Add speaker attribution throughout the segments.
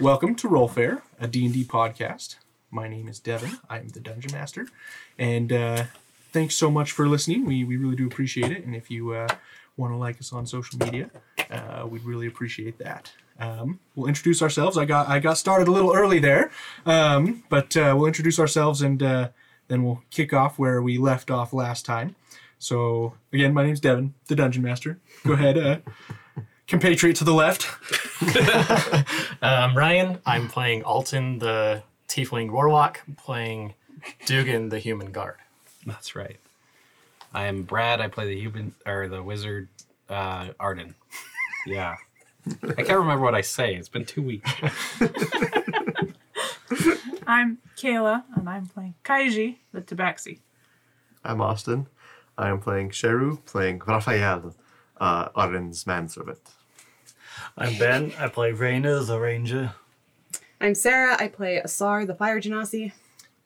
Speaker 1: Welcome to Roll Fair, a D&D podcast. My name is Devin. I'm the Dungeon Master. And uh, thanks so much for listening. We, we really do appreciate it. And if you uh, want to like us on social media, uh, we'd really appreciate that. Um, we'll introduce ourselves. I got I got started a little early there, um, but uh, we'll introduce ourselves and uh, then we'll kick off where we left off last time. So again, my name's Devin, the Dungeon Master. Go ahead, uh, compatriot to the left.
Speaker 2: Um, Ryan, I'm playing Alton, the Tiefling Warlock, playing Dugan, the Human Guard.
Speaker 3: That's right. I am Brad. I play the human or the wizard uh, Arden. Yeah. I can't remember what I say. It's been two weeks.
Speaker 4: I'm Kayla, and I'm playing Kaiji, the Tabaxi.
Speaker 5: I'm Austin. I am playing Sheru, playing Raphael, uh, Oren's manservant.
Speaker 6: I'm Ben. I play Raina, the ranger.
Speaker 7: I'm Sarah. I play Asar, the fire genasi.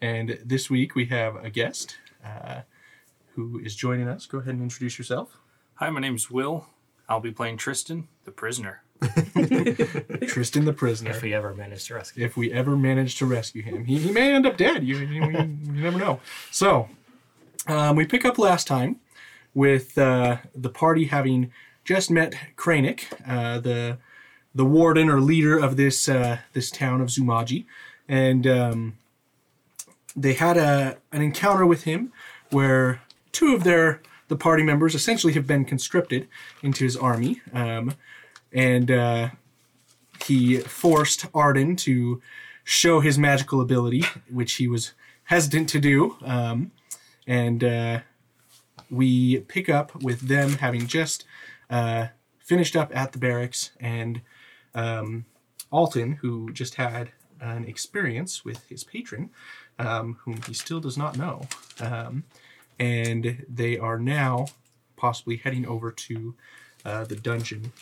Speaker 1: And this week we have a guest uh, who is joining us. Go ahead and introduce yourself.
Speaker 8: Hi, my name's Will. I'll be playing Tristan, the prisoner.
Speaker 1: Tristan the prisoner.
Speaker 2: If we ever manage to rescue.
Speaker 1: if we ever manage to rescue him. He, he may end up dead. You, you, you never know. So, um, we pick up last time with uh, the party having just met Kranich, uh, the the warden or leader of this uh, this town of Zumaji, and um, they had a an encounter with him where two of their the party members essentially have been conscripted into his army, um, and uh, he forced Arden to show his magical ability, which he was hesitant to do. Um, and uh, we pick up with them having just uh, finished up at the barracks, and um, Alton, who just had an experience with his patron, um, whom he still does not know. Um, and they are now possibly heading over to uh, the dungeon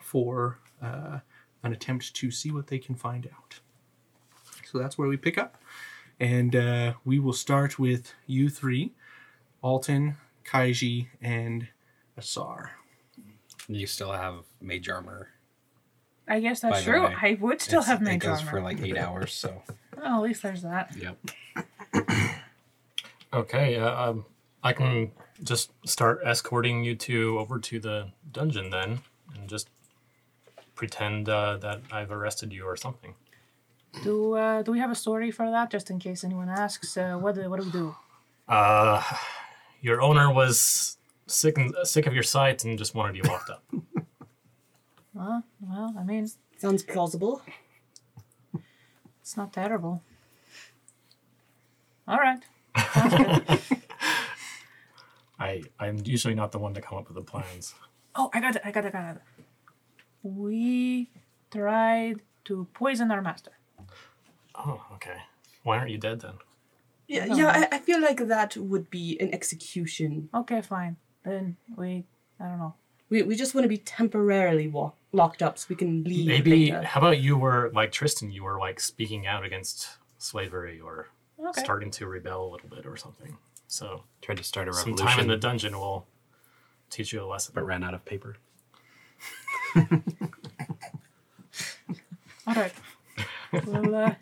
Speaker 1: for uh, an attempt to see what they can find out. So that's where we pick up. And uh, we will start with you three Alton, Kaiji, and Asar.
Speaker 3: You still have mage armor.
Speaker 4: I guess
Speaker 3: By
Speaker 4: that's
Speaker 3: the
Speaker 4: true.
Speaker 3: way,
Speaker 4: I would still
Speaker 3: It's-
Speaker 4: have
Speaker 3: It
Speaker 4: my
Speaker 3: goes for
Speaker 4: drama.
Speaker 3: like eight hours. So.
Speaker 4: well, at least there's that.
Speaker 3: Yep.
Speaker 2: Okay, uh, um, I can just start escorting you two over to the dungeon then, and just pretend uh, that I've arrested you or something.
Speaker 4: Do uh, do we have a story for that, just in case anyone asks? Uh, what do what do we do?
Speaker 2: Uh, your owner was sick and sick of your sight and just wanted you locked up.
Speaker 4: Huh? Well, I mean,
Speaker 7: Sounds plausible.
Speaker 4: it's not terrible. All right.
Speaker 2: I I'm usually not the one to come up with the plans.
Speaker 4: Oh, I got it. I got it. I got it. We tried to poison our master.
Speaker 2: Oh, okay. Why aren't you dead then?
Speaker 7: Yeah, yeah. I, I feel like that would be an execution.
Speaker 4: Okay, fine. Then we, I don't know.
Speaker 7: We, we just want to be temporarily walk, locked up so we can leave.
Speaker 2: Maybe
Speaker 7: later.
Speaker 2: how about you were like Tristan, you were like speaking out against slavery or
Speaker 4: Okay.
Speaker 2: starting to rebel a little bit or something. So
Speaker 3: Tried to start a
Speaker 2: some
Speaker 3: revolution,
Speaker 2: time in the dungeon will teach you a lesson.
Speaker 3: but ran out of paper.
Speaker 4: All right. well, uh,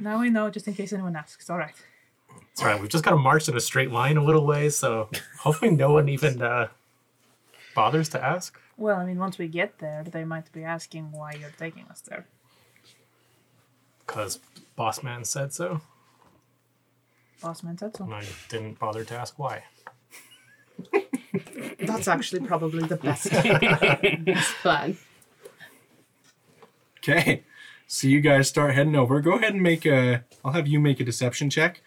Speaker 4: now we know, just in case anyone asks. All right.
Speaker 2: That's right. We've just got to march in a straight line a little way, so hopefully no one even uh, bothers to ask.
Speaker 4: Well, I mean, once we get there, they might be asking why you're taking us there.
Speaker 2: Because boss man said so,
Speaker 4: Boss man said so.
Speaker 2: and I didn't bother to ask why.
Speaker 7: that's actually probably the best, best plan.
Speaker 1: Okay. So you guys start heading over. Go ahead and make a. I'll have you make a deception check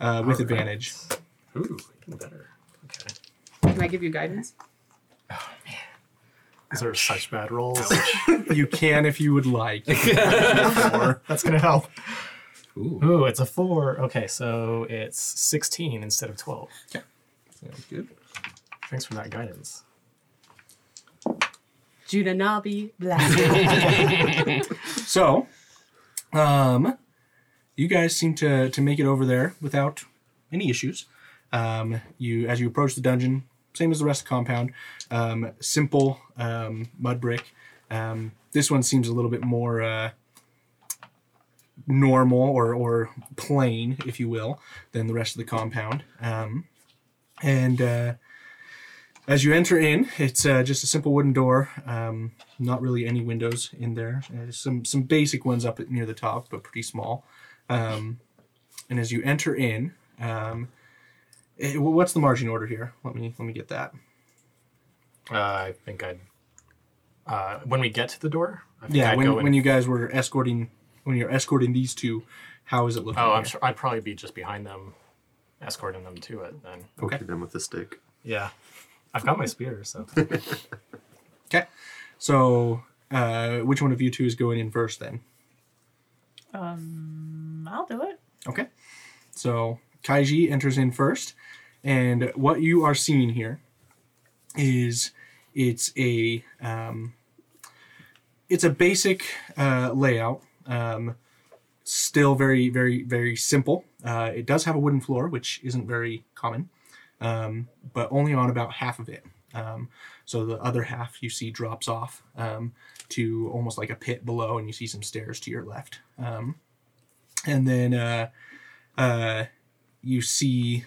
Speaker 1: uh, with
Speaker 2: All right.
Speaker 1: advantage.
Speaker 2: Ooh, even better. Okay.
Speaker 7: Can I give you guidance?
Speaker 2: These are such bad rolls.
Speaker 1: You can if you would like.
Speaker 2: That's gonna help.
Speaker 3: Ooh.
Speaker 2: Ooh, it's a four. Okay, so it's sixteen instead of twelve.
Speaker 1: Sounds good.
Speaker 2: Thanks for that guidance.
Speaker 7: Junanabi Black.
Speaker 1: So, um, you guys seem to to make it over there without any issues. Um, you as you approach the dungeon, same as the rest of the compound, um, simple um, mud brick. Um, this one seems a little bit more uh, normal or, or plain, if you will, than the rest of the compound. Um, and uh, as you enter in, it's uh, just a simple wooden door. Um, not really any windows in there. Uh, There's some some basic ones up at, near the top, but pretty small. Um, and as you enter in, um, eh, what's the marching order here? Let me let me get that.
Speaker 2: Uh, I think I'd. Uh, when we get to the door, I think
Speaker 1: Yeah,
Speaker 2: I'd
Speaker 1: when,
Speaker 2: go in.
Speaker 1: when you guys were escorting, when you're escorting these two, how is it looking?
Speaker 2: oh, I'm
Speaker 1: here?
Speaker 2: sure I'd probably be just behind them, escorting them to it. Then
Speaker 5: Poking them with a stick.
Speaker 2: yeah, I've got my spear, so
Speaker 1: Okay. So, uh, which one of you two is going in first then?
Speaker 4: Um, I'll do it.
Speaker 1: Okay. So, Kaiji enters in first. And what you are seeing here is it's a um, it's a basic uh, layout. Um, still very, very, very simple. Uh, it does have a wooden floor, which isn't very common, um, but only on about half of it. Um, so the other half you see drops off um, to almost like a pit below, and you see some stairs to your left. Um, and then uh, uh, you see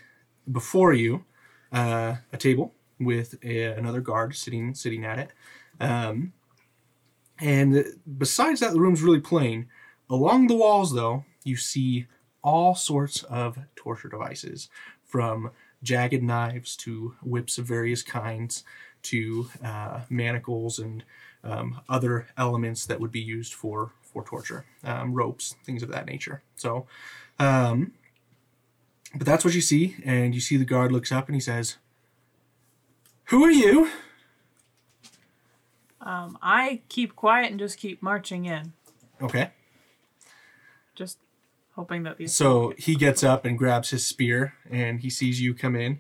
Speaker 1: before you uh, a table with a, another guard sitting sitting at it. Um, and besides that, the room's really plain. Along the walls, though, you see all sorts of torture devices, from jagged knives to whips of various kinds to uh, manacles and um, other elements that would be used for for torture, um, ropes, things of that nature. So, um, but that's what you see, and you see the guard looks up and he says, "Who are you?"
Speaker 4: Um, I keep quiet and just keep marching in,
Speaker 1: Okay.
Speaker 4: just hoping that these.
Speaker 1: So he gets up and grabs his spear, and he sees you come in.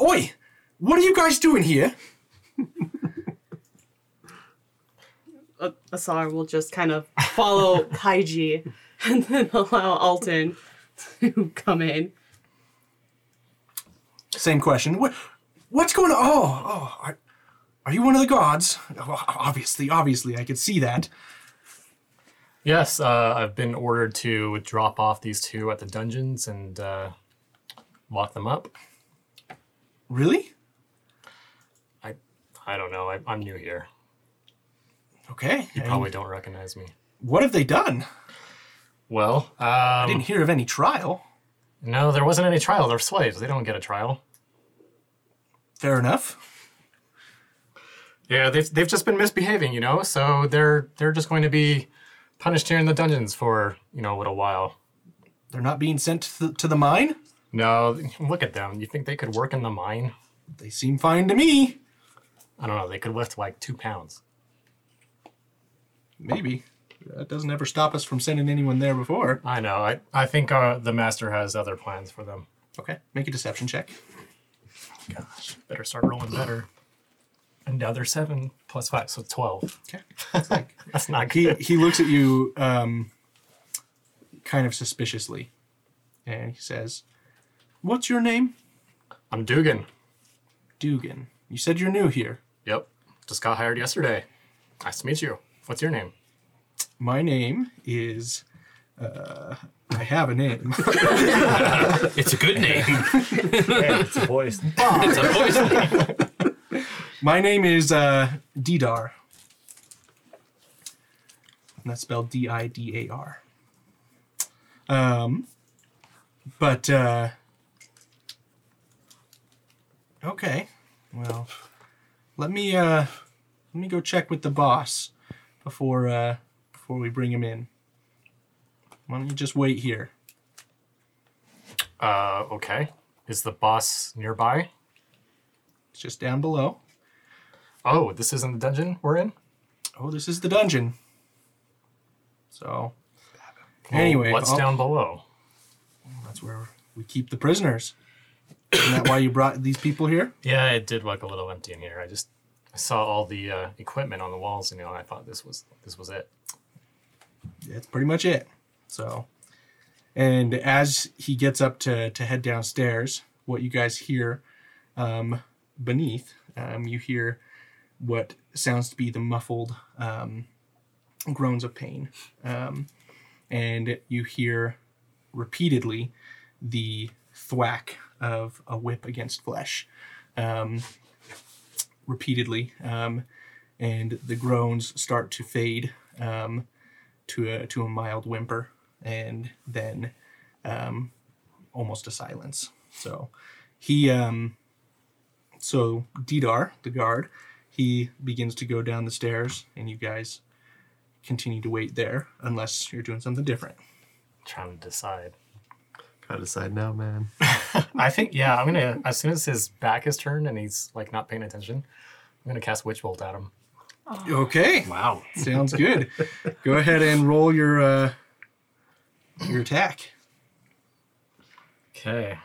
Speaker 1: Oi! What are you guys doing here?
Speaker 9: uh, Asar will just kind of follow Kaiji and then allow Alton to come in.
Speaker 1: Same question. What? What's going on? Oh, oh, are, are you one of the gods? Oh, obviously, obviously, I could see that.
Speaker 2: yes, uh, I've been ordered to drop off these two at the dungeons and uh, lock them up.
Speaker 1: Really?
Speaker 2: I I don't know. I, I'm new here.
Speaker 1: Okay.
Speaker 2: You
Speaker 1: and
Speaker 2: probably don't recognize me.
Speaker 1: What have they done?
Speaker 2: Well, um,
Speaker 1: I didn't hear of any trial.
Speaker 2: no, there wasn't any trial. They're slaves. They don't get a trial.
Speaker 1: Fair enough.
Speaker 2: Yeah, they've they've just been misbehaving, you know. So they're they're just going to be punished here in the dungeons for you know a little while.
Speaker 1: They're not being sent to the, to the mine.
Speaker 2: No, look at them. You think they could work in the mine?
Speaker 1: They seem fine to me.
Speaker 2: I don't know. They could lift like two pounds.
Speaker 1: Maybe. That doesn't ever stop us from sending anyone there before.
Speaker 2: I know. I I think uh, the master has other plans for them.
Speaker 1: Okay. Make a deception check.
Speaker 2: Gosh, better start rolling better. And now they're seven plus five, so twelve.
Speaker 1: Okay.
Speaker 2: That's not
Speaker 1: he
Speaker 2: good.
Speaker 1: he looks at you um, kind of suspiciously, and he says, "What's your name?"
Speaker 2: I'm Dugan.
Speaker 1: Dugan. You said you're new here.
Speaker 2: Yep, just got hired yesterday. Nice to meet you. What's your name?
Speaker 1: My name is. Uh, I have a name.
Speaker 3: It's a good name.
Speaker 6: Hey, it's a voice.
Speaker 3: it's a voice name.
Speaker 1: My name is uh, Didar. And that's spelled D I D A R. Um, but, uh, okay. Well, let me, uh, let me go check with the boss before, uh, before we bring him in. Why don't you just wait here?
Speaker 2: Uh, okay. Is the boss nearby?
Speaker 1: It's just down below.
Speaker 2: Oh, this isn't the dungeon we're in?
Speaker 1: Oh, this is the dungeon. So, anyway,
Speaker 2: what's
Speaker 1: I'll-
Speaker 2: down below?
Speaker 1: That's where we keep the prisoners. Isn't that why you brought these people here?
Speaker 2: Yeah, it did look a little empty in here. I just I saw all the uh, equipment on the walls, you know, and I thought this was this was it.
Speaker 1: That's pretty much it. So, and as he gets up to, to head downstairs, what you guys hear um, beneath, um, you hear what sounds to be the muffled um, groans of pain. Um, and you hear repeatedly the thwack of a whip against flesh. Um, repeatedly, um, and the groans start to fade um, to a to a mild whimper, and then um, almost a silence. So he um, so Didar, the guard, he begins to go down the stairs, and you guys continue to wait there unless you're doing something different.
Speaker 2: Trying to decide.
Speaker 5: Gotta decide now, man.
Speaker 2: I think yeah. I'm gonna as soon as his back is turned and he's like not paying attention, I'm gonna cast witch bolt at him.
Speaker 1: Okay,
Speaker 3: Wow.
Speaker 1: sounds good. go ahead and roll your uh, your attack.
Speaker 2: Okay.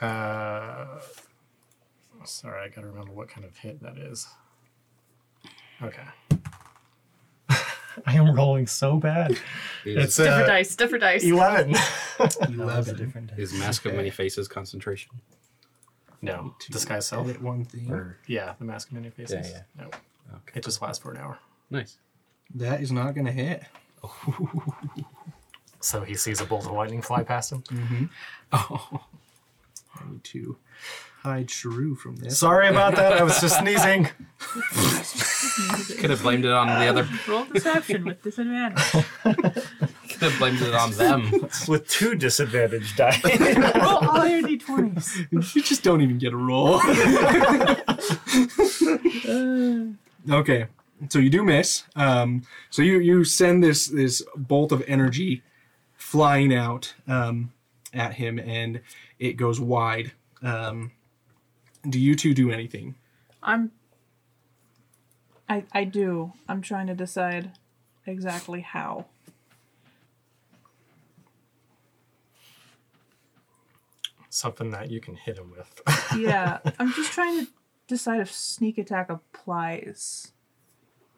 Speaker 2: Uh, sorry, I gotta remember what kind of hit that is. Okay. I am rolling so bad. uh,
Speaker 3: Is,
Speaker 9: Different dice, different dice.
Speaker 2: eleven.
Speaker 1: Eleven.
Speaker 3: is Mask of Many Faces concentration?
Speaker 2: no, disguise self.
Speaker 1: Edit one thing.
Speaker 3: Or,
Speaker 2: Yeah, the mask of many faces.
Speaker 3: yeah.
Speaker 2: No,
Speaker 3: okay.
Speaker 2: it just lasts for an hour.
Speaker 3: Nice.
Speaker 1: That is not gonna hit.
Speaker 2: So he sees a bolt of lightning fly past him.
Speaker 1: I need to hide Shrew from this.
Speaker 2: Sorry about that. I was just sneezing.
Speaker 3: Could have blamed it on the other.
Speaker 4: Roll deception with disadvantage.
Speaker 3: Could have blamed it on them.
Speaker 6: With two disadvantage die.
Speaker 4: Roll all your d20s.
Speaker 1: you just don't even get a roll. okay, so you do miss. Um, so you you send this this bolt of energy flying out um, at him, and it goes wide. Um, do you two do anything?
Speaker 4: I'm. I I do. I'm trying to decide exactly how.
Speaker 2: Something that you can hit him with.
Speaker 4: Yeah, I'm just trying to decide if sneak attack applies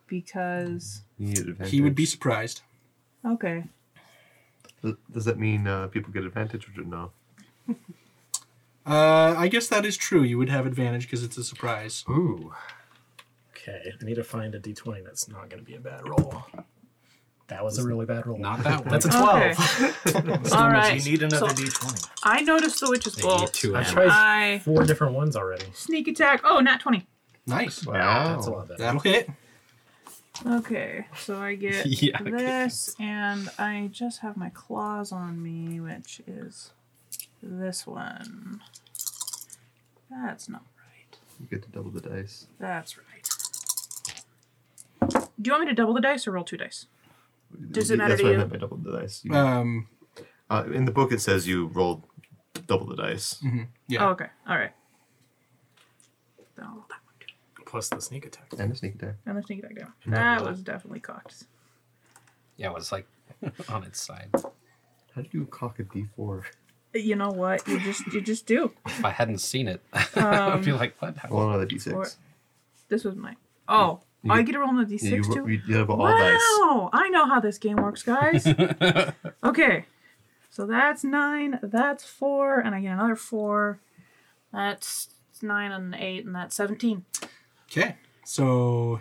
Speaker 4: because
Speaker 5: You need advantage.
Speaker 1: He would be surprised.
Speaker 4: okay,
Speaker 5: Th- Does that mean uh, people get advantage or no?
Speaker 1: Uh, I guess that is true. You would have advantage because it's a surprise.
Speaker 2: Ooh. Okay, I need to find a d20 that's not going to be a bad roll. That was a really bad roll.
Speaker 3: Not that one.
Speaker 2: That's a 12.
Speaker 4: okay. all right.
Speaker 6: you need another
Speaker 4: So-
Speaker 6: d20.
Speaker 4: I noticed the witch's
Speaker 3: They eat
Speaker 4: bolt.
Speaker 3: E two
Speaker 2: I
Speaker 3: animals.
Speaker 2: tried
Speaker 4: I
Speaker 2: four different ones already.
Speaker 4: sneak attack. Oh, not twenty.
Speaker 1: Nice.
Speaker 5: Wow.
Speaker 2: That's a lot better.
Speaker 1: That'll hit.
Speaker 4: Okay, so I get
Speaker 3: Yeah, okay.
Speaker 4: this, and I just have my claws on me, which is this one. That's not right.
Speaker 5: You get to double the dice.
Speaker 4: That's right. Do you want me to double the dice or roll two dice? Does it matter
Speaker 5: That's
Speaker 4: to
Speaker 5: what
Speaker 4: you?
Speaker 5: I meant by double the dice. You-
Speaker 1: Um,
Speaker 5: uh, in the book, it says you rolled double the dice.
Speaker 1: Yeah.
Speaker 4: Oh, okay. All right. Then I'll roll that one too.
Speaker 2: Plus the sneak attack.
Speaker 5: And a sneak attack.
Speaker 4: I'm gonna sneak that down. That was definitely cocked.
Speaker 3: Yeah, it was like on its side.
Speaker 5: How do you cock a d4?
Speaker 4: You know what? You just you just do.
Speaker 3: If I hadn't seen it, I'd be
Speaker 4: Um,
Speaker 3: like, what? happened?
Speaker 5: Roll another d6.
Speaker 4: Or- This was my. Oh,
Speaker 5: You-
Speaker 4: I get to roll on the d6
Speaker 5: yeah, you,
Speaker 4: too.
Speaker 5: ro- you have all dice.
Speaker 4: Wow! I know how this game works, guys. okay, so that's nine, that's four, and I get another four. That's nine and eight, and that's seventeen.
Speaker 1: Okay. So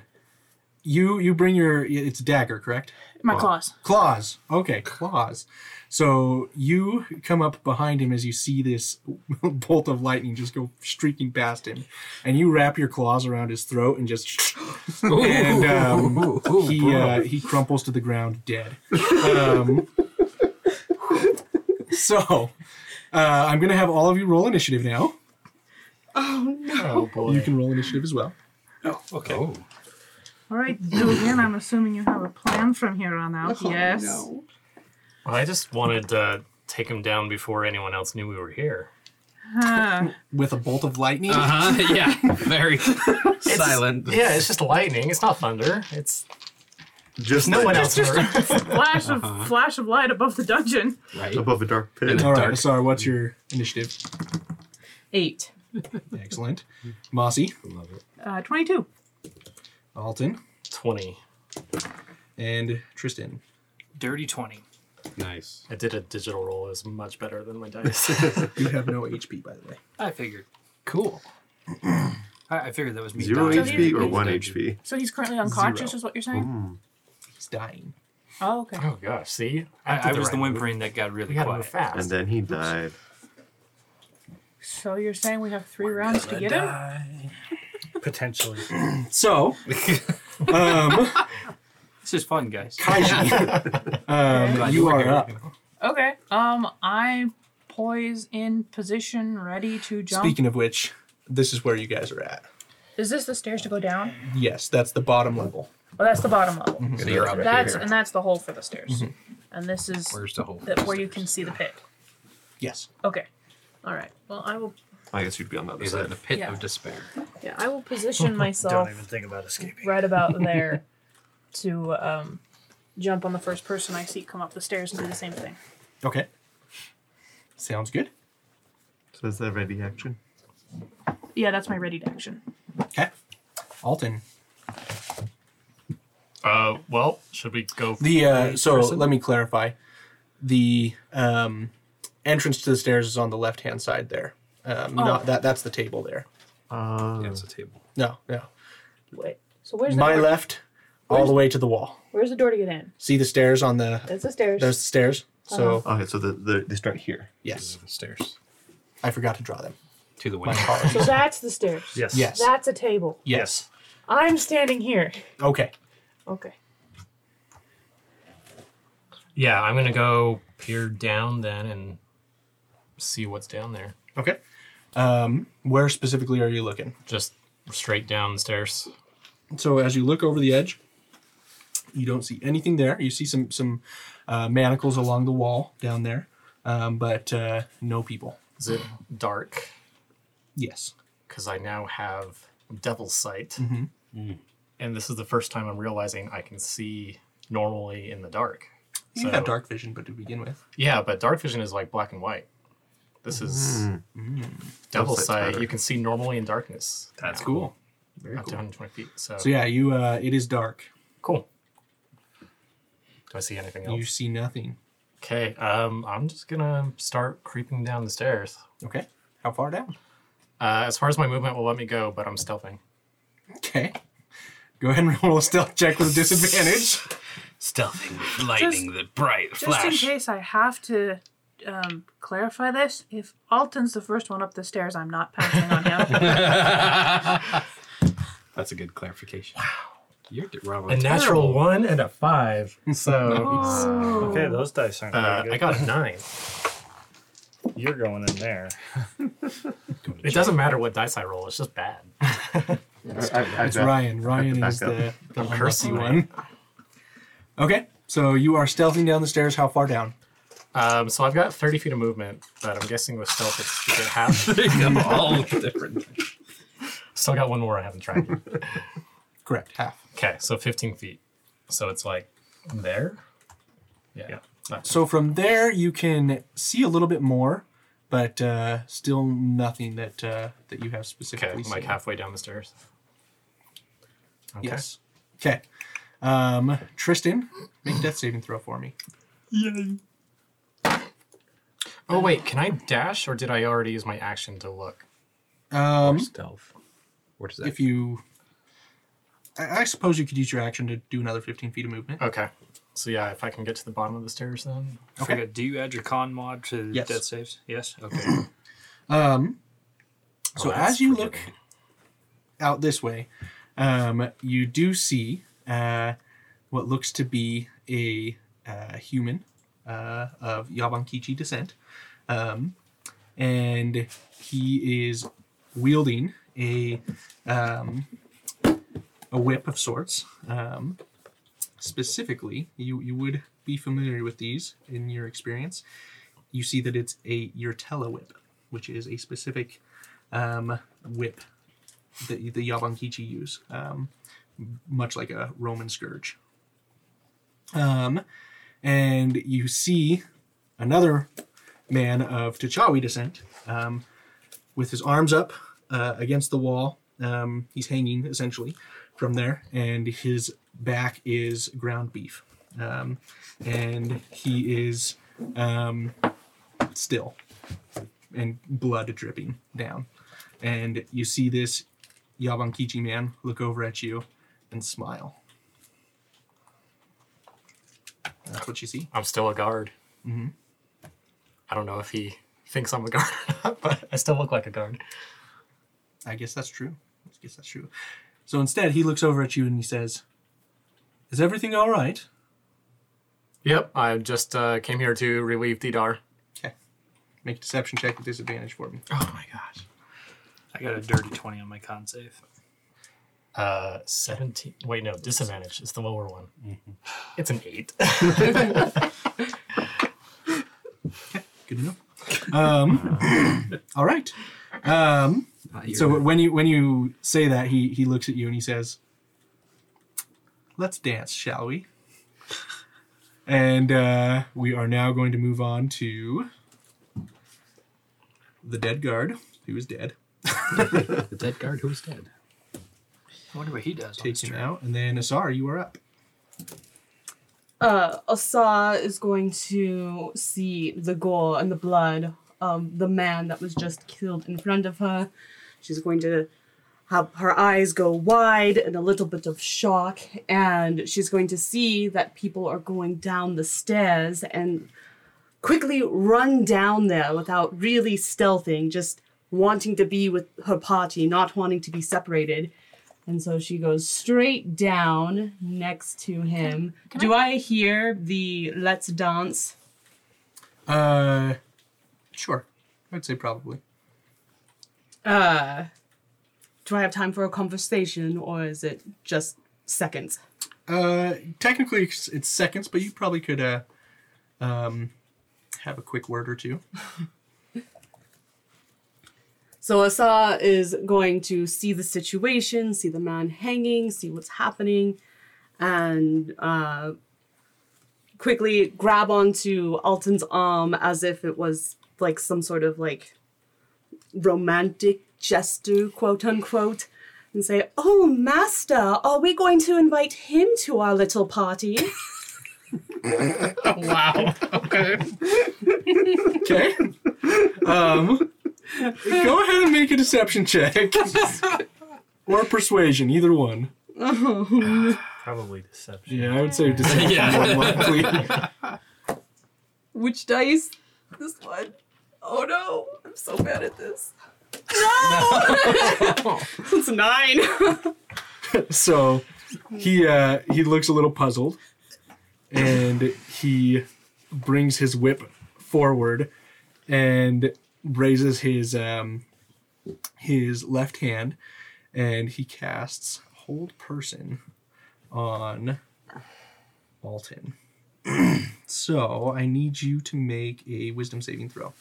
Speaker 1: you you bring your it's a dagger, correct?
Speaker 4: My claws.
Speaker 1: Claws. Okay, claws. So you come up behind him as you see this bolt of lightning just go streaking past him, and you wrap your claws around his throat and just. and um, he uh, he crumples to the ground dead. Um, so uh, I'm gonna have all of you roll initiative now.
Speaker 2: Oh boy.
Speaker 1: You can roll initiative as well.
Speaker 2: okay.
Speaker 4: All right, Dugan. I'm assuming you have a plan from here on out. yes.
Speaker 2: Well, I just wanted to take him down before anyone else knew we were here.
Speaker 4: Huh.
Speaker 1: With a bolt of lightning.
Speaker 3: Uh-huh. Yeah. Very silent.
Speaker 2: Yeah, it's just lightning. It's not thunder. It's
Speaker 5: Just
Speaker 2: no one
Speaker 5: like
Speaker 2: else. heard.
Speaker 4: flash of flash of light above the dungeon.
Speaker 3: Right.
Speaker 5: Above a dark pit.
Speaker 1: All right,
Speaker 3: dark.
Speaker 1: Sorry, what's your initiative?
Speaker 9: Eight.
Speaker 1: Excellent. Mossy,
Speaker 3: Love it.
Speaker 4: Uh, Twenty-two.
Speaker 1: Alton,
Speaker 2: Twenty.
Speaker 1: and Tristan.
Speaker 8: Dirty 20.
Speaker 3: Nice.
Speaker 2: I did a digital roll. It was much better than my dice.
Speaker 1: You have no HP, by the way.
Speaker 8: I figured.
Speaker 3: Cool.
Speaker 8: I, I figured that was me.
Speaker 5: Zero
Speaker 8: dying.
Speaker 5: HP or one HP?
Speaker 4: So he's currently unconscious, is what you're saying?
Speaker 1: He's dying.
Speaker 4: Oh, okay.
Speaker 2: Oh gosh, see,
Speaker 8: I, I was the
Speaker 2: right
Speaker 8: one
Speaker 2: move.
Speaker 8: brain that got really
Speaker 2: We had to move
Speaker 8: quiet.
Speaker 2: fast.
Speaker 5: And then he died.
Speaker 4: So you're saying we have three rounds to get him?
Speaker 1: Um,
Speaker 6: Potentially.
Speaker 1: So, um,
Speaker 8: This is fun, guys.
Speaker 1: Kaiji, um,
Speaker 8: Glad
Speaker 1: you
Speaker 8: were
Speaker 1: are
Speaker 8: here.
Speaker 1: up.
Speaker 4: Okay. Um, I'm poised in position, ready to jump.
Speaker 1: Speaking of which, this is where you guys are at.
Speaker 4: Is this the stairs to go down?
Speaker 1: Yes, that's the bottom level.
Speaker 4: Oh, that's the bottom level.
Speaker 3: So you're up
Speaker 4: That's
Speaker 3: here.
Speaker 4: and that's the hole for the stairs. And this is
Speaker 3: Where's the hole?
Speaker 4: the, where you can see the pit.
Speaker 1: Yes.
Speaker 4: Okay. All right. Well, I will.
Speaker 5: I guess you'd be on the other
Speaker 3: He's in
Speaker 5: side.
Speaker 3: the pit
Speaker 4: Yeah.
Speaker 3: of despair.
Speaker 4: Yeah, I will position myself
Speaker 6: Don't even think about escaping.
Speaker 4: right about there to um, jump on the first person I see come up the stairs and do the same thing.
Speaker 1: Okay. Sounds good.
Speaker 5: So is that ready action?
Speaker 4: Yeah, that's my ready to action.
Speaker 1: Okay. Alton.
Speaker 2: Uh, well, should we go? For
Speaker 1: The uh,
Speaker 2: first
Speaker 1: so
Speaker 2: person?
Speaker 1: let me clarify. The um, entrance to the stairs is on the left hand side there. Um,
Speaker 4: Oh.
Speaker 1: Not that that's the table there.
Speaker 5: Uh,
Speaker 3: Yeah, it's a table.
Speaker 1: No, no.
Speaker 4: Wait. So where's the
Speaker 1: My
Speaker 4: door?
Speaker 1: left, all the way to the wall.
Speaker 4: Where's the door to get in?
Speaker 1: See the stairs on the
Speaker 4: That's the stairs.
Speaker 1: those stairs. So
Speaker 4: Uh-huh.
Speaker 5: Okay, so the, the, they start here.
Speaker 1: yes,
Speaker 3: The stairs.
Speaker 1: I forgot to draw them.
Speaker 3: To the window.
Speaker 4: so that's the stairs.
Speaker 6: Yes.
Speaker 1: Yes.
Speaker 4: That's a table.
Speaker 1: Yes.
Speaker 4: I'm standing here.
Speaker 1: Okay.
Speaker 4: Okay.
Speaker 2: yeah, I'm gonna go peer down then and see what's down there.
Speaker 1: Okay. Um, where specifically are you looking?
Speaker 2: Just straight down the stairs.
Speaker 1: So as you look over the edge, you don't see anything there. You see some some uh, manacles along the wall down there, um, but uh, no people.
Speaker 2: Is it dark?
Speaker 1: Yes.
Speaker 2: Because I now have devil's sight, Mm-hmm. and this is the first time I'm realizing I can see normally in the dark.
Speaker 1: You
Speaker 2: So-
Speaker 1: have dark vision, but to begin with,
Speaker 2: Yeah, but dark vision is like black and white. This is
Speaker 1: Mm.
Speaker 5: Double
Speaker 2: double
Speaker 5: sight's
Speaker 2: sight.
Speaker 5: better.
Speaker 2: You can see normally in darkness.
Speaker 1: that's cool. Very
Speaker 2: Up to
Speaker 1: cool.
Speaker 2: 120 feet. So,
Speaker 1: So yeah, you uh, it is dark.
Speaker 2: cool. Do I see anything
Speaker 1: You
Speaker 2: else?
Speaker 1: see nothing.
Speaker 2: Okay, um, I'm just gonna start creeping down the stairs.
Speaker 1: Okay. How far down?
Speaker 2: Uh, as far as my movement will let me go, but I'm stealthing.
Speaker 1: Okay. Go ahead and roll a stealth check with disadvantage.
Speaker 3: Stealthing with lightning that bright
Speaker 4: Just
Speaker 3: flash.
Speaker 4: in case I have to um, clarify this, if Alton's the first one up the stairs, I'm not pouncing on him.
Speaker 3: That's a good clarification. You're d- Rob,
Speaker 2: A natural one and a five. So
Speaker 6: Okay, those dice aren't very
Speaker 2: uh,
Speaker 6: good.
Speaker 2: I got a nine.
Speaker 6: You're going in there.
Speaker 2: It doesn't matter what dice I roll; it's just bad.
Speaker 1: It's Ryan. Ryan
Speaker 5: back
Speaker 1: is
Speaker 5: up.
Speaker 1: the, the unlucky
Speaker 2: cursing
Speaker 1: one. Okay. So you are stealthing down the stairs. How far down?
Speaker 2: Um, so I've got 30 feet of movement, but I'm guessing with stealth, it's is it half.
Speaker 3: all different.
Speaker 2: Still got one more I haven't tried. yet.
Speaker 1: Correct. Half.
Speaker 2: okay, so 15 feet. So it's like there. Yeah. Not-
Speaker 1: So from there, you can see a little bit more, but uh, still nothing that uh, that you have
Speaker 2: Okay,
Speaker 1: specifically
Speaker 2: like
Speaker 1: seen.
Speaker 2: halfway down the stairs. Okay.
Speaker 1: Yes. Okay. Um, Tristan, make a death saving throw for me.
Speaker 2: Oh wait, can I dash or did I already use my action to look?
Speaker 1: Um,
Speaker 3: Stealth. What is that?
Speaker 1: if you, I, I suppose you could use your action to do another 15 feet of movement.
Speaker 2: Okay. So yeah, if I can get to the bottom of the stairs then.
Speaker 1: Okay.
Speaker 8: Forget- Do you add your con mod to
Speaker 1: Yes.
Speaker 8: death saves? Yes. Okay.
Speaker 1: Um, so
Speaker 2: Oh, that's
Speaker 1: as you look
Speaker 2: forgiving.
Speaker 1: out this way, um, you do see uh, what looks to be a uh, human uh, of Yabankichi descent, um, and he is wielding a um, a whip of sorts. Um, specifically, you you would be familiar with these in your experience. You see that it's a Yurtela whip, which is a specific um, whip that you- the Yabankichi use, um, much like a Roman scourge. Um, and you see another man of T'Chawi descent um, with his arms up uh, against the wall. Um, he's hanging essentially from there, and his back is ground beef. Um, and he is um, still and blood dripping down. And you see this Yabankichi man look over at you and smile. That's what you see.
Speaker 2: I'm still a guard. Mm-hmm. I don't know if he thinks I'm a guard or not, but I still look like a guard.
Speaker 1: I guess that's true. I guess that's true. So instead, he looks over at you and he says, "Is everything all right?"
Speaker 2: Yep, I just uh, came here to relieve Didar.
Speaker 1: Make a deception check with disadvantage for me.
Speaker 2: Oh my gosh.
Speaker 6: I got a dirty 20 on my con save.
Speaker 2: Uh, 17. Wait, no, disadvantage. It's the lower one. It's an 8.
Speaker 1: Good to know. Um, all right. Um, so when you when you say that, he he looks at you and he says, "Let's dance, shall we?" And uh, we are now going to move on to the dead guard, who is dead.
Speaker 3: The dead guard who's dead.
Speaker 6: I wonder what he does. on
Speaker 1: Take
Speaker 6: his
Speaker 1: him
Speaker 6: turn.
Speaker 1: out, and then Asar, you are up.
Speaker 9: uh, Asa is going to see the gore and the blood of the man that was just killed in front of her. She's going to have her eyes go wide and a little bit of shock, and she's going to see that people are going down the stairs and quickly run down there without really stealthing, just wanting to be with her party, not wanting to be separated. And so she goes straight down next to him. Do I hear the let's dance?
Speaker 1: Uh, sure, I'd say probably.
Speaker 9: Uh, do I have time for a conversation or is it just seconds?
Speaker 1: Uh, technically it's, it's seconds, but you probably could uh, um, have a quick word or two.
Speaker 9: So Asa is going to see the situation, see the man hanging, see what's happening, and uh, quickly grab onto Alton's arm as if it was like some sort of like romantic gesture, quote unquote, and say, "Oh, master, are we going to invite him to our little party?"
Speaker 3: Wow. Okay.
Speaker 1: Okay. um, go ahead and make a deception check or persuasion, either one.
Speaker 6: Probably deception.
Speaker 1: Yeah, I would say deception more likely.
Speaker 7: Which dice? This one. Oh no, I'm so bad at this.
Speaker 9: it's nine.
Speaker 1: So he uh, he looks a little puzzled, and he brings his whip forward and raises his um, his left hand, and he casts hold person on Alton. so I need you to make a wisdom saving throw.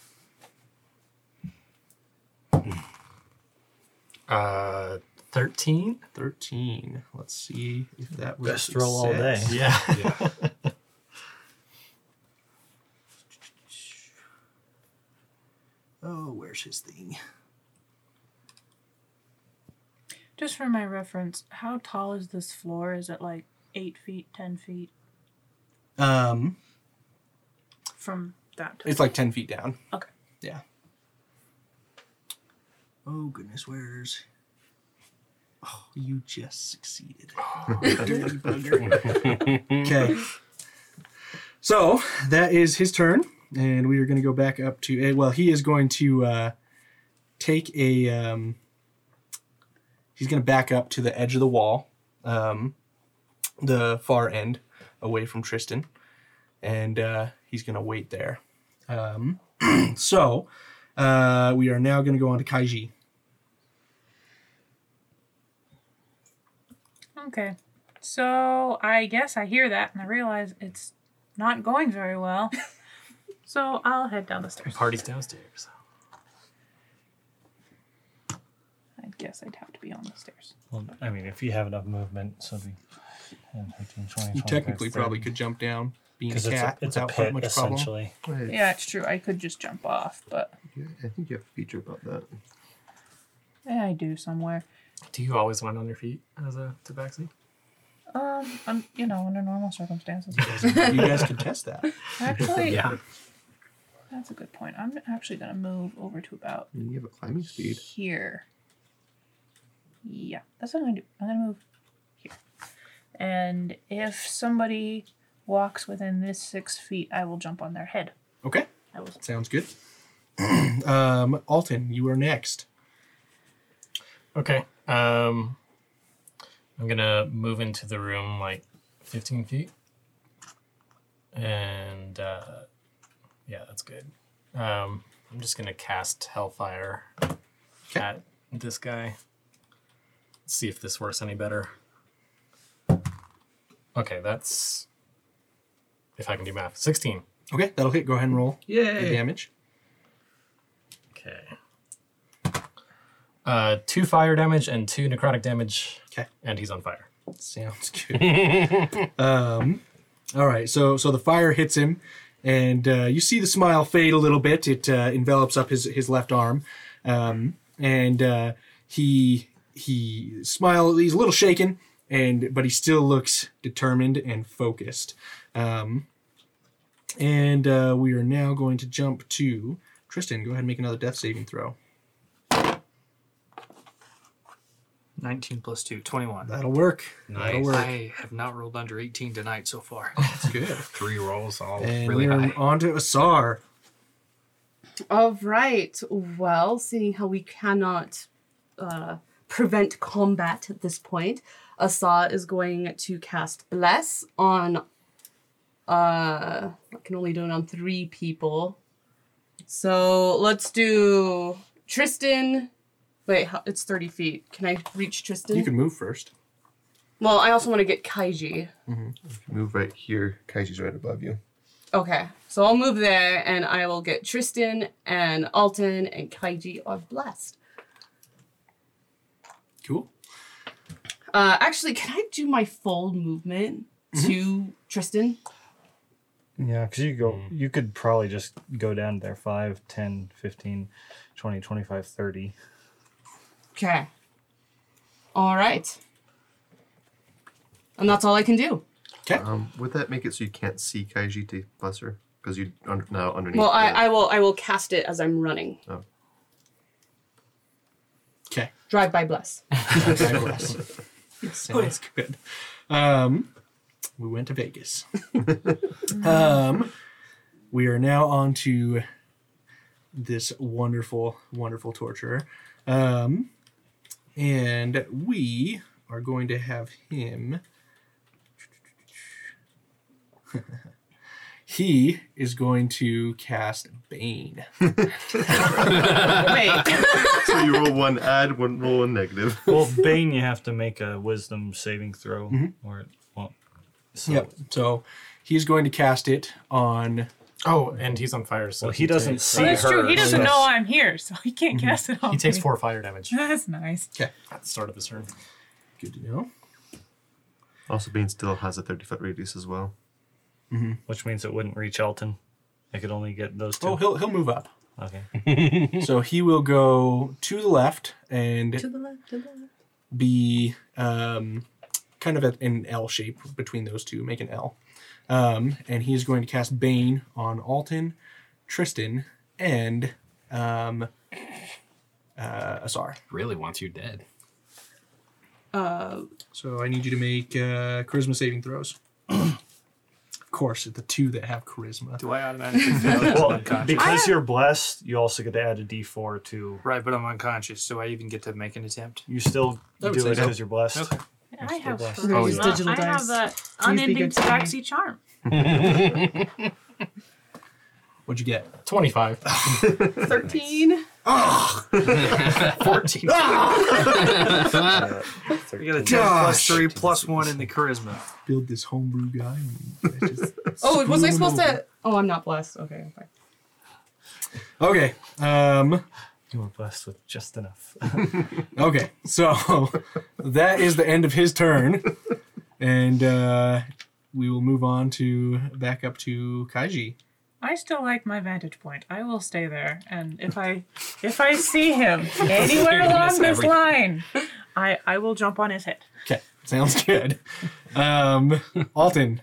Speaker 2: Uh, 13?
Speaker 1: Thirteen. Let's see if that was a
Speaker 6: Best roll all day.
Speaker 1: success.
Speaker 2: Yeah.
Speaker 1: Oh, where's his thing?
Speaker 4: Just for my reference, how tall is this floor? Is it like eight feet, ten feet
Speaker 1: Um,
Speaker 4: from that? To
Speaker 1: It's like 10 feet down.
Speaker 4: Okay.
Speaker 1: Yeah. Oh, goodness, where's. Oh, you just succeeded. Dirty bugger. okay. So that is his turn. And we are going to go back up to. eh, Well, he is going to uh, take a. Um, he's going to back up to the edge of the wall, um, the far end, away from Tristan. And uh, he's going to wait there. Um, so uh, we are now going to go on to Kaiji.
Speaker 4: Okay. So I guess I hear that and I realize it's not going very well. so I'll head down the stairs.
Speaker 2: Party's downstairs.
Speaker 4: I guess I'd have to be on the stairs.
Speaker 6: Well, I mean, if you have enough movement, so it'd be 10, 15, 20,
Speaker 1: You technically probably could jump down being a
Speaker 6: Because it's a,
Speaker 1: cat
Speaker 6: it's a
Speaker 1: without that
Speaker 6: pit,
Speaker 1: much problem.
Speaker 6: essentially.
Speaker 5: Wait,
Speaker 4: Yeah, it's true. I could just jump off, but
Speaker 5: yeah, I think you have a feature about that.
Speaker 4: yeah, I do somewhere.
Speaker 2: Do you always land on your feet as a tabaxi?
Speaker 4: Um, un- you know, under normal circumstances.
Speaker 1: you guys could test that.
Speaker 4: Actually,
Speaker 3: Yeah.
Speaker 4: that's a good point. I'm actually going to move over to about
Speaker 5: I mean, you have a climbing speed.
Speaker 4: here. Yeah, that's what I'm gonna do. I'm gonna move here. And if somebody walks within this six feet, I will jump on their head.
Speaker 1: Okay,
Speaker 4: I will.
Speaker 1: sounds good. um, Alton, you are next.
Speaker 2: Okay. Um, I'm gonna move into the room like 15 feet, and uh, yeah, that's good. Um, I'm just gonna cast Hellfire at this guy. see if this works any better. Okay, that's if I can do math. 16.
Speaker 1: Okay, that'll hit. Go ahead and roll the damage.
Speaker 2: Okay. Uh, two fire damage and two necrotic damage.
Speaker 1: 'Kay.
Speaker 2: And he's on fire.
Speaker 1: Sounds good. um, all right, so so the fire hits him, and uh, you see the smile fade a little bit. It uh, envelops up his his left arm, um, and uh, he he smile. He's a little shaken, and but he still looks determined and focused. Um, and uh, we are now going to jump to Tristan. Go ahead and make another death saving throw.
Speaker 8: 19 plus 2, 21.
Speaker 1: That'll work. That'll
Speaker 3: Nice.
Speaker 1: work.
Speaker 8: I have not rolled under 18 tonight so far.
Speaker 1: That's good.
Speaker 3: Three rolls all
Speaker 1: And
Speaker 3: really
Speaker 1: we're
Speaker 3: high.
Speaker 1: on to Asar.
Speaker 9: All right. Well, seeing how we cannot uh, prevent combat at this point, Asa is going to cast Bless on. Uh, I can only do it on three people. So let's do Tristan. Wait, how, it's 30 feet. Can I reach Tristan?
Speaker 1: You can move first.
Speaker 9: Well, I also want to get Kaiji.
Speaker 5: Move right here. Kaiji's right above you.
Speaker 9: Okay, so I'll move there and I will get Tristan and Alton and Kaiji on Blessed.
Speaker 1: Cool.
Speaker 9: Uh, actually, can I do my full movement to Tristan?
Speaker 6: Yeah, because you go, you could probably just go down there 5, 10, 15, 20, 25, 30.
Speaker 9: Okay. All right. And that's all I can do.
Speaker 5: Um, would that make it so you can't see Kaiji to bless her? Because you under, now underneath.
Speaker 9: Well, I,
Speaker 5: her.
Speaker 9: I will. I will cast it as I'm running.
Speaker 5: Oh.
Speaker 1: Okay.
Speaker 9: Drive by bless.
Speaker 1: Oh, Sounds good. Um, we went to Vegas. um, we are now on to this wonderful, wonderful torturer. Um, and we are going to have him. he is going to cast Bane.
Speaker 9: Wait.
Speaker 5: so you roll one add, one roll one negative.
Speaker 6: Well, Bane, you have to make a wisdom saving throw, or it won't.
Speaker 1: Mm-hmm.
Speaker 6: So,
Speaker 1: Yep. So he's going to cast it on
Speaker 2: Oh, and he's on fire, so
Speaker 6: Well, he doesn't
Speaker 2: takes-
Speaker 6: see
Speaker 4: Well, that's
Speaker 6: her.
Speaker 4: true. He doesn't
Speaker 6: so-
Speaker 4: know I'm here, so he can't cast it off.
Speaker 2: He takes
Speaker 4: me.
Speaker 2: four fire damage
Speaker 4: That's nice.
Speaker 2: at the start of this turn.
Speaker 1: Good to know.
Speaker 5: Also, Bane still has a 30 foot radius as well.
Speaker 6: Which means it wouldn't reach Elton. I could only get those two.
Speaker 1: Oh, he'll he'll move up.
Speaker 6: okay.
Speaker 1: so he will go to the left and
Speaker 7: the left, to the left.
Speaker 1: be um, kind of at an L shape between those two. Make an L. Um, and he is going to cast Bane on Alton, Tristan, and um, uh, Asar.
Speaker 3: Really wants you dead.
Speaker 9: Uh,
Speaker 1: So I need you to make uh, charisma saving throws. of course, the two that have charisma.
Speaker 8: Do I automatically fail? 'cause I'm
Speaker 6: Well,
Speaker 8: unconscious?
Speaker 6: because you're blessed, you also get to add a d4 to.
Speaker 8: Right, but I'm unconscious. Do I even get to make an attempt?
Speaker 6: You still
Speaker 1: I would
Speaker 6: do
Speaker 1: say
Speaker 6: it
Speaker 1: so.
Speaker 6: because you're blessed.
Speaker 8: Okay.
Speaker 4: I have,
Speaker 6: blessed.
Speaker 4: charisma.
Speaker 5: Oh, yeah.
Speaker 9: Digital
Speaker 4: I have
Speaker 9: dice.
Speaker 4: that
Speaker 9: be
Speaker 4: unending
Speaker 9: good to me.
Speaker 4: tabaxi charm.
Speaker 1: What'd you get?
Speaker 2: 25.
Speaker 9: Thirteen.
Speaker 8: We got a 10 plus 3 plus 1 in the charisma.
Speaker 1: Build this homebrew guy. and just
Speaker 9: Oh, was I
Speaker 1: spoon
Speaker 9: supposed
Speaker 1: over.
Speaker 9: to? Oh, I'm not blessed. Okay. I'm fine.
Speaker 1: Okay. Um,
Speaker 6: You were blessed with just enough.
Speaker 1: Okay, so that is the end of his turn, and uh, we will move on to back up to Kaiji.
Speaker 4: I still like my vantage point. I will stay there, and if I if I see him anywhere along
Speaker 3: miss
Speaker 4: this
Speaker 3: everything.
Speaker 4: line, I I will jump on his head.
Speaker 1: Okay, sounds good. Um, Alton,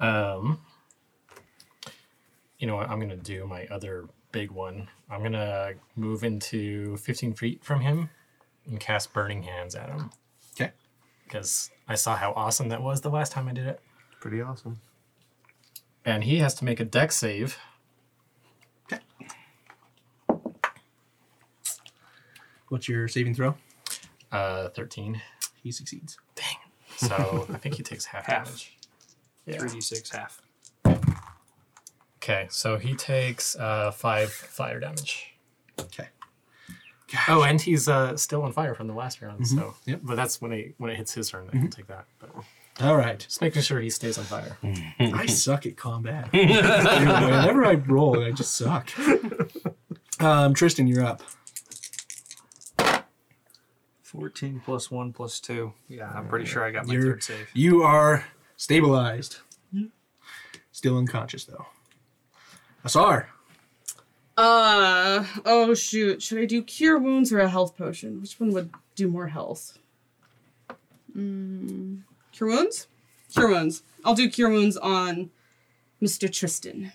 Speaker 2: Um, you know what? I'm going to do my other big one. I'm going to move into 15 feet from him and cast Burning Hands at him.
Speaker 1: 'Kay.
Speaker 2: Because I saw how awesome that was the last time I did it.
Speaker 5: Pretty awesome.
Speaker 2: And he has to make a deck save.
Speaker 1: What's your saving throw?
Speaker 2: Uh, 13.
Speaker 1: He succeeds.
Speaker 2: So I think he takes half,
Speaker 8: Half.
Speaker 2: damage. Yeah.
Speaker 8: 3d6 half.
Speaker 2: Okay, so he takes uh, five fire damage.
Speaker 1: Okay.
Speaker 2: Oh, and he's uh, still on fire from the last round. So,
Speaker 1: Yep.
Speaker 2: but that's when it when it hits his turn, then he'll take that. But
Speaker 1: All right.
Speaker 2: just making sure he stays on fire.
Speaker 1: I suck at combat. Dude, whenever I roll, I just suck. Um, Tristan, you're up.
Speaker 8: 14 plus 1 plus 2. Yeah, I'm pretty sure I got my
Speaker 1: You're-
Speaker 8: third save.
Speaker 1: You are stabilized. Still unconscious though. Asar.
Speaker 9: Uh oh shoot. Should I do cure wounds or a health potion? Which one would do more health? Mm, cure wounds? Cure wounds. I'll do cure wounds on Mr. Tristan.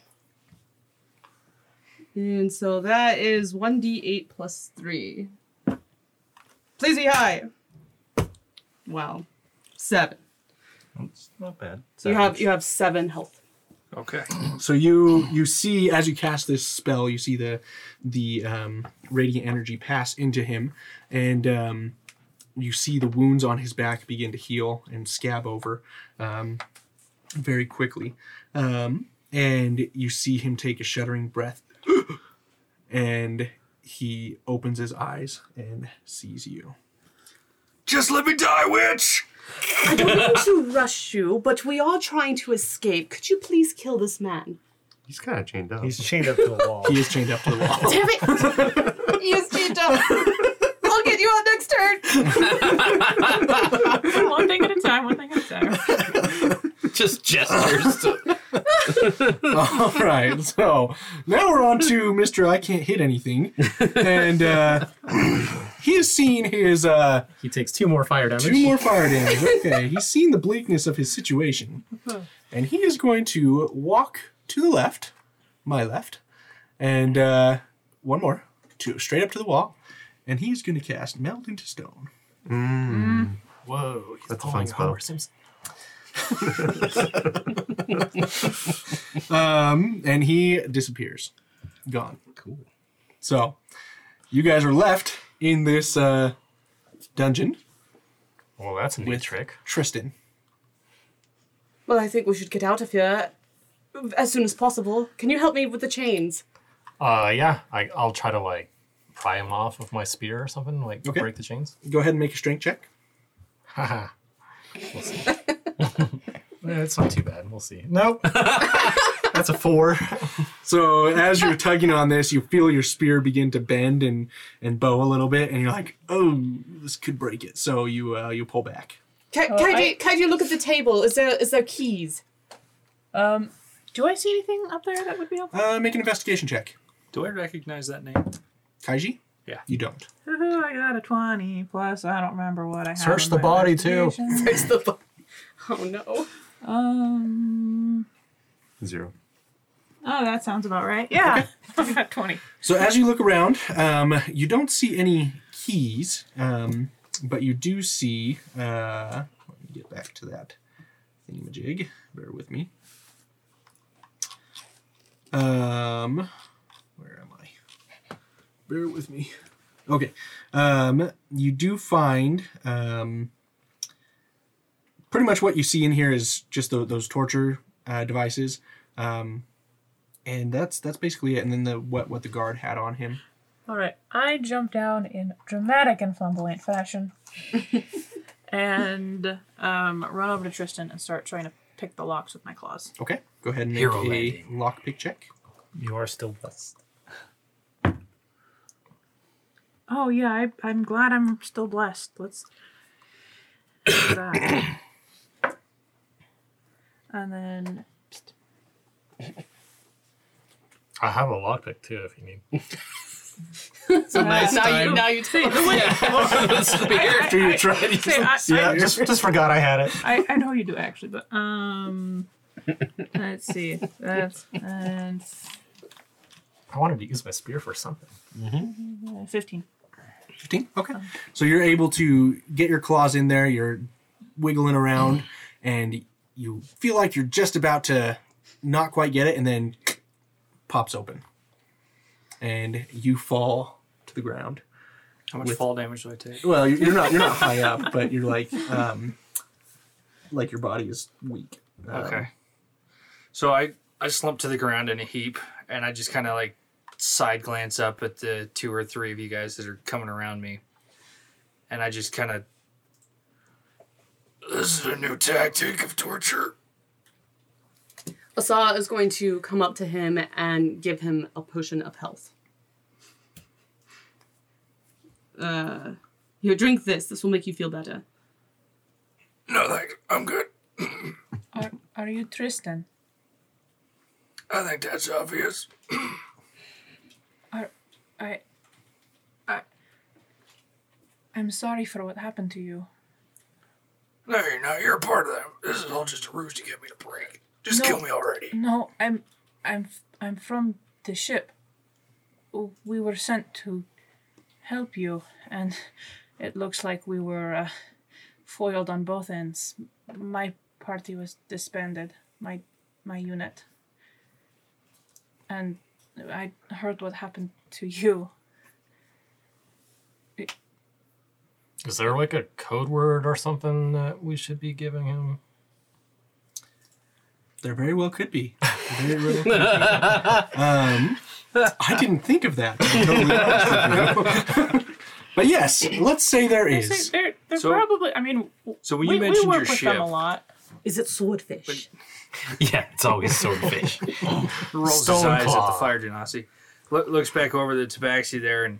Speaker 9: And so that is 1d8 plus 3. Please be high. Wow. 7.
Speaker 6: It's not bad.
Speaker 9: So you have you have 7 health.
Speaker 8: Okay.
Speaker 1: So you you see as you cast this spell, you see the the um, radiant energy pass into him, and um, you see the wounds on his back begin to heal and scab over um, very quickly. Um, and you see him take a shuddering breath, and he opens his eyes and sees you.
Speaker 5: Just let me die, witch!
Speaker 9: I don't want to rush you, but we are trying to escape. Could you please kill this man?
Speaker 5: He's kind of chained up.
Speaker 6: He's chained up to the wall.
Speaker 1: He is chained up to the wall.
Speaker 9: Damn it!
Speaker 7: ESG dump. I'll get you on next turn.
Speaker 4: one thing at a time, one thing at a time.
Speaker 3: Just gestures. to-
Speaker 1: All right, so now we're on to Mister. I can't hit anything, and uh, he has seen his uh,
Speaker 2: He takes two more fire damage.
Speaker 1: two more fire damage. Okay, he's seen the bleakness of his situation, and he is going to walk to the left, my left, and uh, one more, two straight up to the wall, and he's going to cast melt into stone.
Speaker 2: Whoa, he's
Speaker 5: That's a fun
Speaker 2: pulling
Speaker 5: spell.
Speaker 2: Homer Simpson.
Speaker 1: Um, and he disappears, gone. Cool. So, you guys are left in this uh, dungeon.
Speaker 2: Well, that's a neat
Speaker 1: With-
Speaker 2: trick.
Speaker 1: Tristan.
Speaker 9: Well, I think we should get out of here as soon as possible. Can you help me with the chains?
Speaker 2: Uh, yeah, I, I'll try to like pry him off with my spear or something, like
Speaker 1: Okay.
Speaker 2: break the chains.
Speaker 1: Go ahead and make a strength check.
Speaker 2: Haha. We'll see. Eh, it's not too bad. We'll see. Nope. that's a four.
Speaker 1: So as you're tugging on this, you feel your spear begin to bend and and bow a little bit, and you're like, "Oh, this could break it." So you uh, you pull back.
Speaker 9: Can,
Speaker 4: Oh,
Speaker 9: can,
Speaker 4: I-
Speaker 9: you, can you look at the table? Is there is there keys?
Speaker 4: Um, do I see anything up there that would be helpful?
Speaker 1: Uh, make an investigation check,
Speaker 8: Do I recognize that name?
Speaker 1: Kaiji.
Speaker 8: Yeah.
Speaker 1: you don't.
Speaker 4: Ooh, I got a 20 plus. I don't remember what I have.
Speaker 2: Search
Speaker 4: in
Speaker 2: the
Speaker 4: my
Speaker 2: body, too.
Speaker 4: investigation.
Speaker 9: There's the. bu- Oh no.
Speaker 4: Um.
Speaker 5: Zero.
Speaker 4: Oh, that sounds about right. Yeah, I've got 20.
Speaker 1: So as you look around, um, you don't see any keys, um, but you do see. Uh, let me get back to that thingamajig. Bear with me. Um, where am I? Bear with me. Okay. Um, you do find. Um, pretty much what you see in here is just tho- those torture uh, devices. Um, and that's that's basically it. And then the what what the guard had on him.
Speaker 4: All right, I jump down in dramatic and flamboyant fashion, and um, run over to Tristan and start trying to pick the locks with my claws.
Speaker 1: Okay, go ahead and make
Speaker 3: Hero
Speaker 1: a
Speaker 3: landing.
Speaker 1: lockpick check.
Speaker 2: You are still blessed.
Speaker 4: Oh yeah, I, I'm glad I'm still blessed. Let's. do that. and then
Speaker 2: I have a lockpick too if you need.
Speaker 3: It's a nice
Speaker 9: now you
Speaker 3: time.
Speaker 9: now you take
Speaker 4: I, I, I, say, I- I-
Speaker 2: just just forgot I had it.
Speaker 4: I, I know you do actually, but um, let's see. That's and
Speaker 2: I wanted to use my spear for something.
Speaker 4: uh, fifteen.
Speaker 1: Fifteen. Okay,
Speaker 3: Mm.
Speaker 1: so you're able to get your claws in there. You're wiggling around, and you feel like you're just about to not quite get it, and then pops open, and you fall to the ground.
Speaker 8: How much fall damage do I take?
Speaker 1: Well, you're you're not you're not high up, but you're like um, like your body is weak. Um,
Speaker 8: Okay. So I I slump to the ground in a heap, and I just kind of like side glance up at the two or three of you guys that are coming around me, and I just kind of. This is a new tactic of torture.
Speaker 9: Asa is going to come up to him and give him a potion of health. Uh, here, drink this. This will make you feel better.
Speaker 8: No, thanks. I'm good.
Speaker 4: Are, are you Tristan?
Speaker 8: I think that's obvious.
Speaker 4: I, I, I'm sorry for what happened to you.
Speaker 8: No, you're not. You're a part of that. This is all just a ruse to get me to break. Just
Speaker 4: No.
Speaker 8: kill me already.
Speaker 4: No, I'm, I'm, I'm from the ship. We were sent to help you, and it looks like we were uh, foiled on both ends. My party was disbanded. My, my unit. And I heard what happened to you.
Speaker 2: Is there like a code word or something that we should be giving him?
Speaker 1: There very well could be. There very well could be. Um, I didn't think of that. to be totally honest with you. but yes, let's say there is.
Speaker 4: They're, they're
Speaker 8: So-
Speaker 4: probably. I mean, w-
Speaker 8: so when you mentioned your ship-
Speaker 4: lot.
Speaker 9: Is it swordfish?
Speaker 3: Yeah, it's always swordfish.
Speaker 8: rolls his
Speaker 2: Stone
Speaker 8: eyes at
Speaker 2: claw.
Speaker 8: the fire genasi. Lo- looks back over the tabaxi there and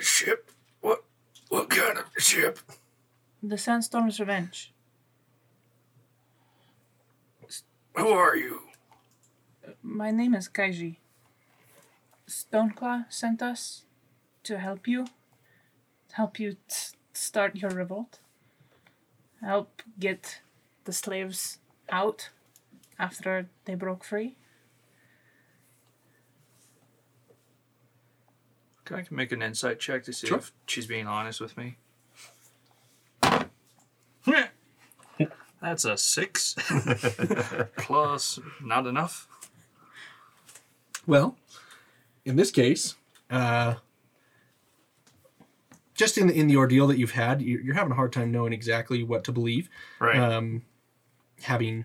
Speaker 8: ship. What? What kind of ship?
Speaker 4: The Sandstorm's Revenge.
Speaker 8: Who are you?
Speaker 4: My name is Kaiji. Stoneclaw sent us to help you, help you t- start your revolt, help get the slaves out after they broke free.
Speaker 8: Can I make an insight check to see
Speaker 1: Sure.
Speaker 8: if she's being honest with me? That's a six plus not enough.
Speaker 1: Well, in this case, uh, just in in the ordeal that you've had, you're, you're having a hard time knowing exactly what to believe.
Speaker 8: Right.
Speaker 1: Um, having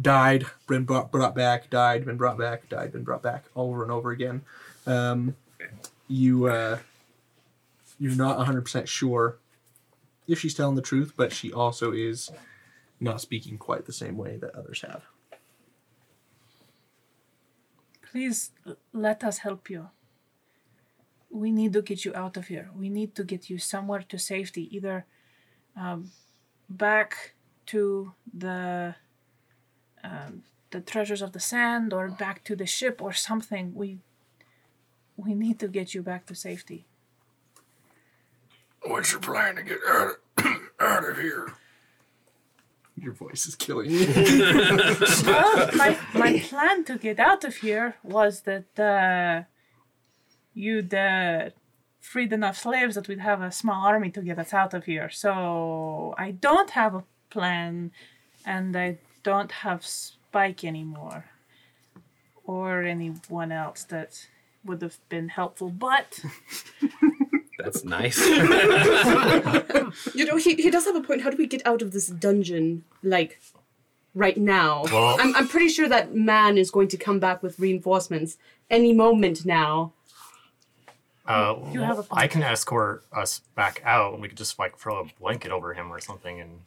Speaker 1: died, been brought, brought back, died, been brought back, died, been brought back, all over and over again. Um, you uh, you're not 100 percent sure if she's telling the truth, but she also is not speaking quite the same way that others have.
Speaker 4: Please l- let us help you. We need to get you out of here. We need to get you somewhere to safety, either um, back to the um, the treasures of the sand, or back to the ship, or something. We we need to get you back to safety.
Speaker 8: What's your plan to get out of, out of here?
Speaker 1: Your voice is killing me.
Speaker 4: well, my, my plan to get out of here was that uh, you'd uh, freed enough slaves that we'd have a small army to get us out of here. So I don't have a plan, and I don't have Spike anymore, or anyone else that would have been helpful. But
Speaker 3: That's nice.
Speaker 9: You know, he, he does have a point. How do we get out of this dungeon, like, right now?
Speaker 2: Well-
Speaker 9: I'm, I'm pretty sure that man is going to come back with reinforcements any moment now.
Speaker 2: Uh,
Speaker 4: You have a
Speaker 2: well, I can escort us back out, and we could just like throw a blanket over him or something, and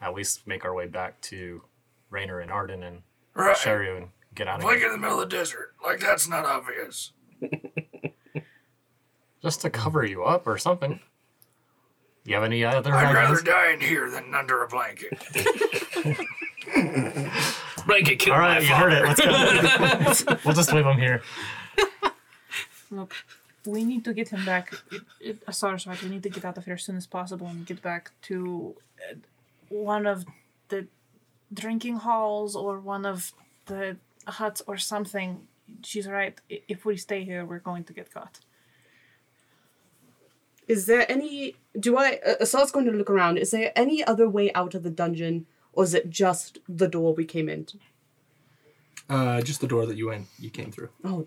Speaker 2: at least make our way back to Rainer and Arden and
Speaker 8: Right.
Speaker 2: Sherry and get out of
Speaker 8: Like
Speaker 2: here.
Speaker 8: in the middle of the desert. Like that's not obvious.
Speaker 2: Just to cover you up or something. You have any uh, other
Speaker 8: I'd rather
Speaker 2: ideas?
Speaker 8: die in here than under a blanket.
Speaker 3: Blanket kill.
Speaker 2: All right, you heard it. Let's go. we'll just leave him here.
Speaker 4: Look, we need to get him back. It, it, uh, sorry, sorry, we need to get out of here as soon as possible and get back to uh, one of the drinking halls or one of the huts or something. She's right. I- If we stay here, we're going to get caught.
Speaker 9: Is there any? Do I? Uh, Assad's going to look around. Is there any other way out of the dungeon, or is it just the door we came in?
Speaker 1: Uh, just the door that you went, you came through.
Speaker 9: Oh,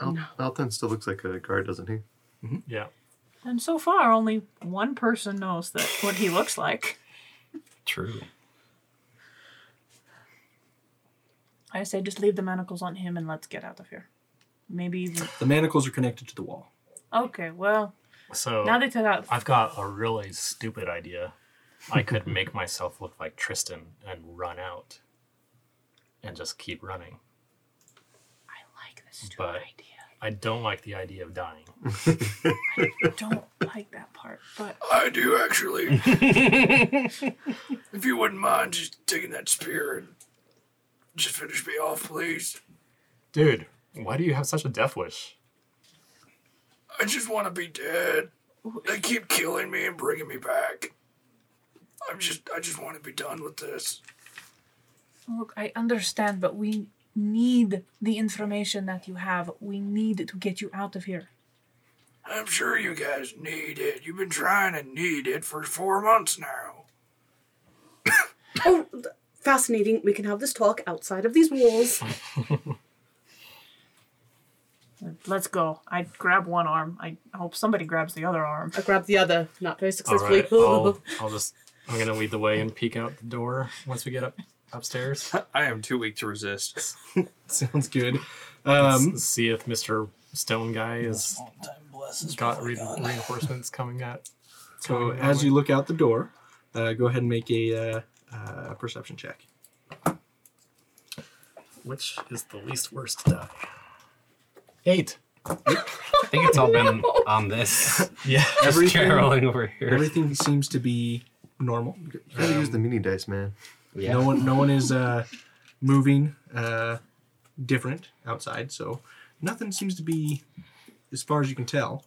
Speaker 5: Al- Alton still looks like a guard, doesn't he?
Speaker 2: Yeah.
Speaker 4: And so far, only one person knows that what he looks like.
Speaker 3: True.
Speaker 4: I say just leave the manacles on him and let's get out of here. Maybe even.
Speaker 1: The manacles are connected to the wall.
Speaker 4: Okay, well,
Speaker 2: So
Speaker 4: now they took out.
Speaker 2: I've got a really stupid idea. I could make myself look like Tristan and run out and just keep running.
Speaker 4: I like this stupid
Speaker 2: But-
Speaker 4: idea.
Speaker 2: I don't like the idea of dying.
Speaker 4: I don't like that part, but
Speaker 8: I do actually. if you wouldn't mind just taking that spear and just finish me off, please.
Speaker 2: Dude, why do you have such a death wish?
Speaker 8: I just want to be dead. They keep killing me and bringing me back. I'm just, I just want to be done with this.
Speaker 4: look, I understand, but we need the information that you have. We need to get you out of here.
Speaker 8: I'm sure you guys need it. You've been trying to need it for four months now.
Speaker 9: oh, th- fascinating. We can have this talk outside of these walls.
Speaker 4: Let's go. I grab one arm. I hope somebody grabs the other arm.
Speaker 9: I grabbed the other, not very
Speaker 2: All
Speaker 9: successfully.
Speaker 2: right, I'll, I'll just, I'm going to lead the way and peek out the door once we get up upstairs.
Speaker 8: I am too weak to resist.
Speaker 1: Sounds good. Um,
Speaker 2: See if Mr. Stone Guy is got re- reinforcements coming at.
Speaker 1: so as you look out the door, uh, go ahead and make a uh, uh, perception check.
Speaker 2: Which is the least worst to die? Eight.
Speaker 3: I think it's all been on this.
Speaker 2: Yeah.
Speaker 3: Just caroling over here.
Speaker 1: Everything seems to be normal.
Speaker 5: You gotta use the mini dice, man.
Speaker 3: Yeah.
Speaker 1: No one, no one is uh, moving uh, different outside, so nothing seems to be, as far as you can tell,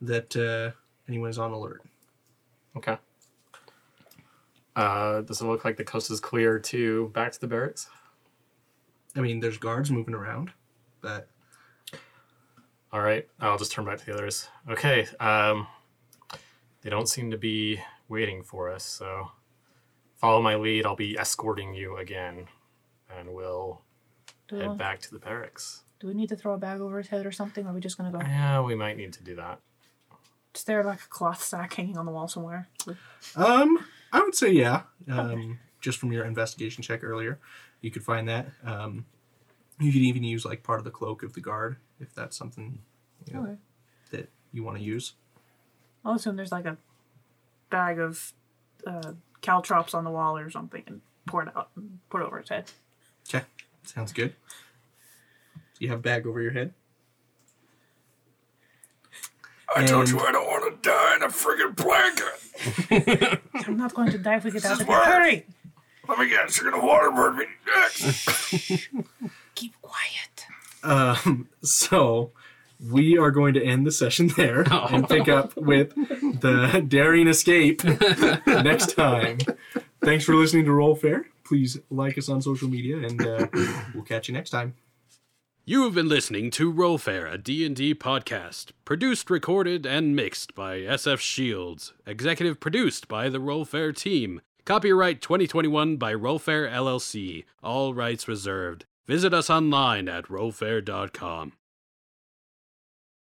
Speaker 1: that uh, anyone is on alert.
Speaker 2: Okay. Uh, does it look like the coast is clear to back to the barracks?
Speaker 1: I mean, there's guards moving around, but
Speaker 2: All right, I'll just turn back to the others. Okay, um, they don't seem to be waiting for us, so follow my lead. I'll be escorting you again, and we'll
Speaker 4: Do,
Speaker 2: head back to the barracks.
Speaker 4: do we need to throw a bag over his head or something? Or are we just gonna go?
Speaker 2: Yeah, we might need to do that.
Speaker 4: Is there like a cloth sack hanging on the wall somewhere?
Speaker 1: Um, I would say yeah. Um, just from your investigation check earlier, you could find that. Um, you could even use like part of the cloak of the guard if that's something you know,
Speaker 4: Okay.
Speaker 1: that you want to use.
Speaker 4: I'll assume there's like a bag of uh, caltrops on the wall or something and pour it out and pour it over his head.
Speaker 1: Okay, sounds good. You have bag over your head.
Speaker 8: I told
Speaker 1: And-
Speaker 8: you I don't want to die in a friggin' blanket.
Speaker 4: I'm not going to die if we get out of here.
Speaker 8: Smart.
Speaker 4: Hurry!
Speaker 8: Let me guess, you're gonna water burn me next.
Speaker 4: Keep quiet.
Speaker 1: Um, so we are going to end the session there and pick up with the daring escape next time. Thanks for listening to Roll Fair. Please like us on social media, and uh, we'll catch you next time.
Speaker 10: You have been listening to Rollfair, a D&D podcast, produced, recorded, and mixed by SF Shields, executive produced by the Rollfair team. Copyright 2021 by Rollfair LLC, all rights reserved. Visit us online at rollfair.com.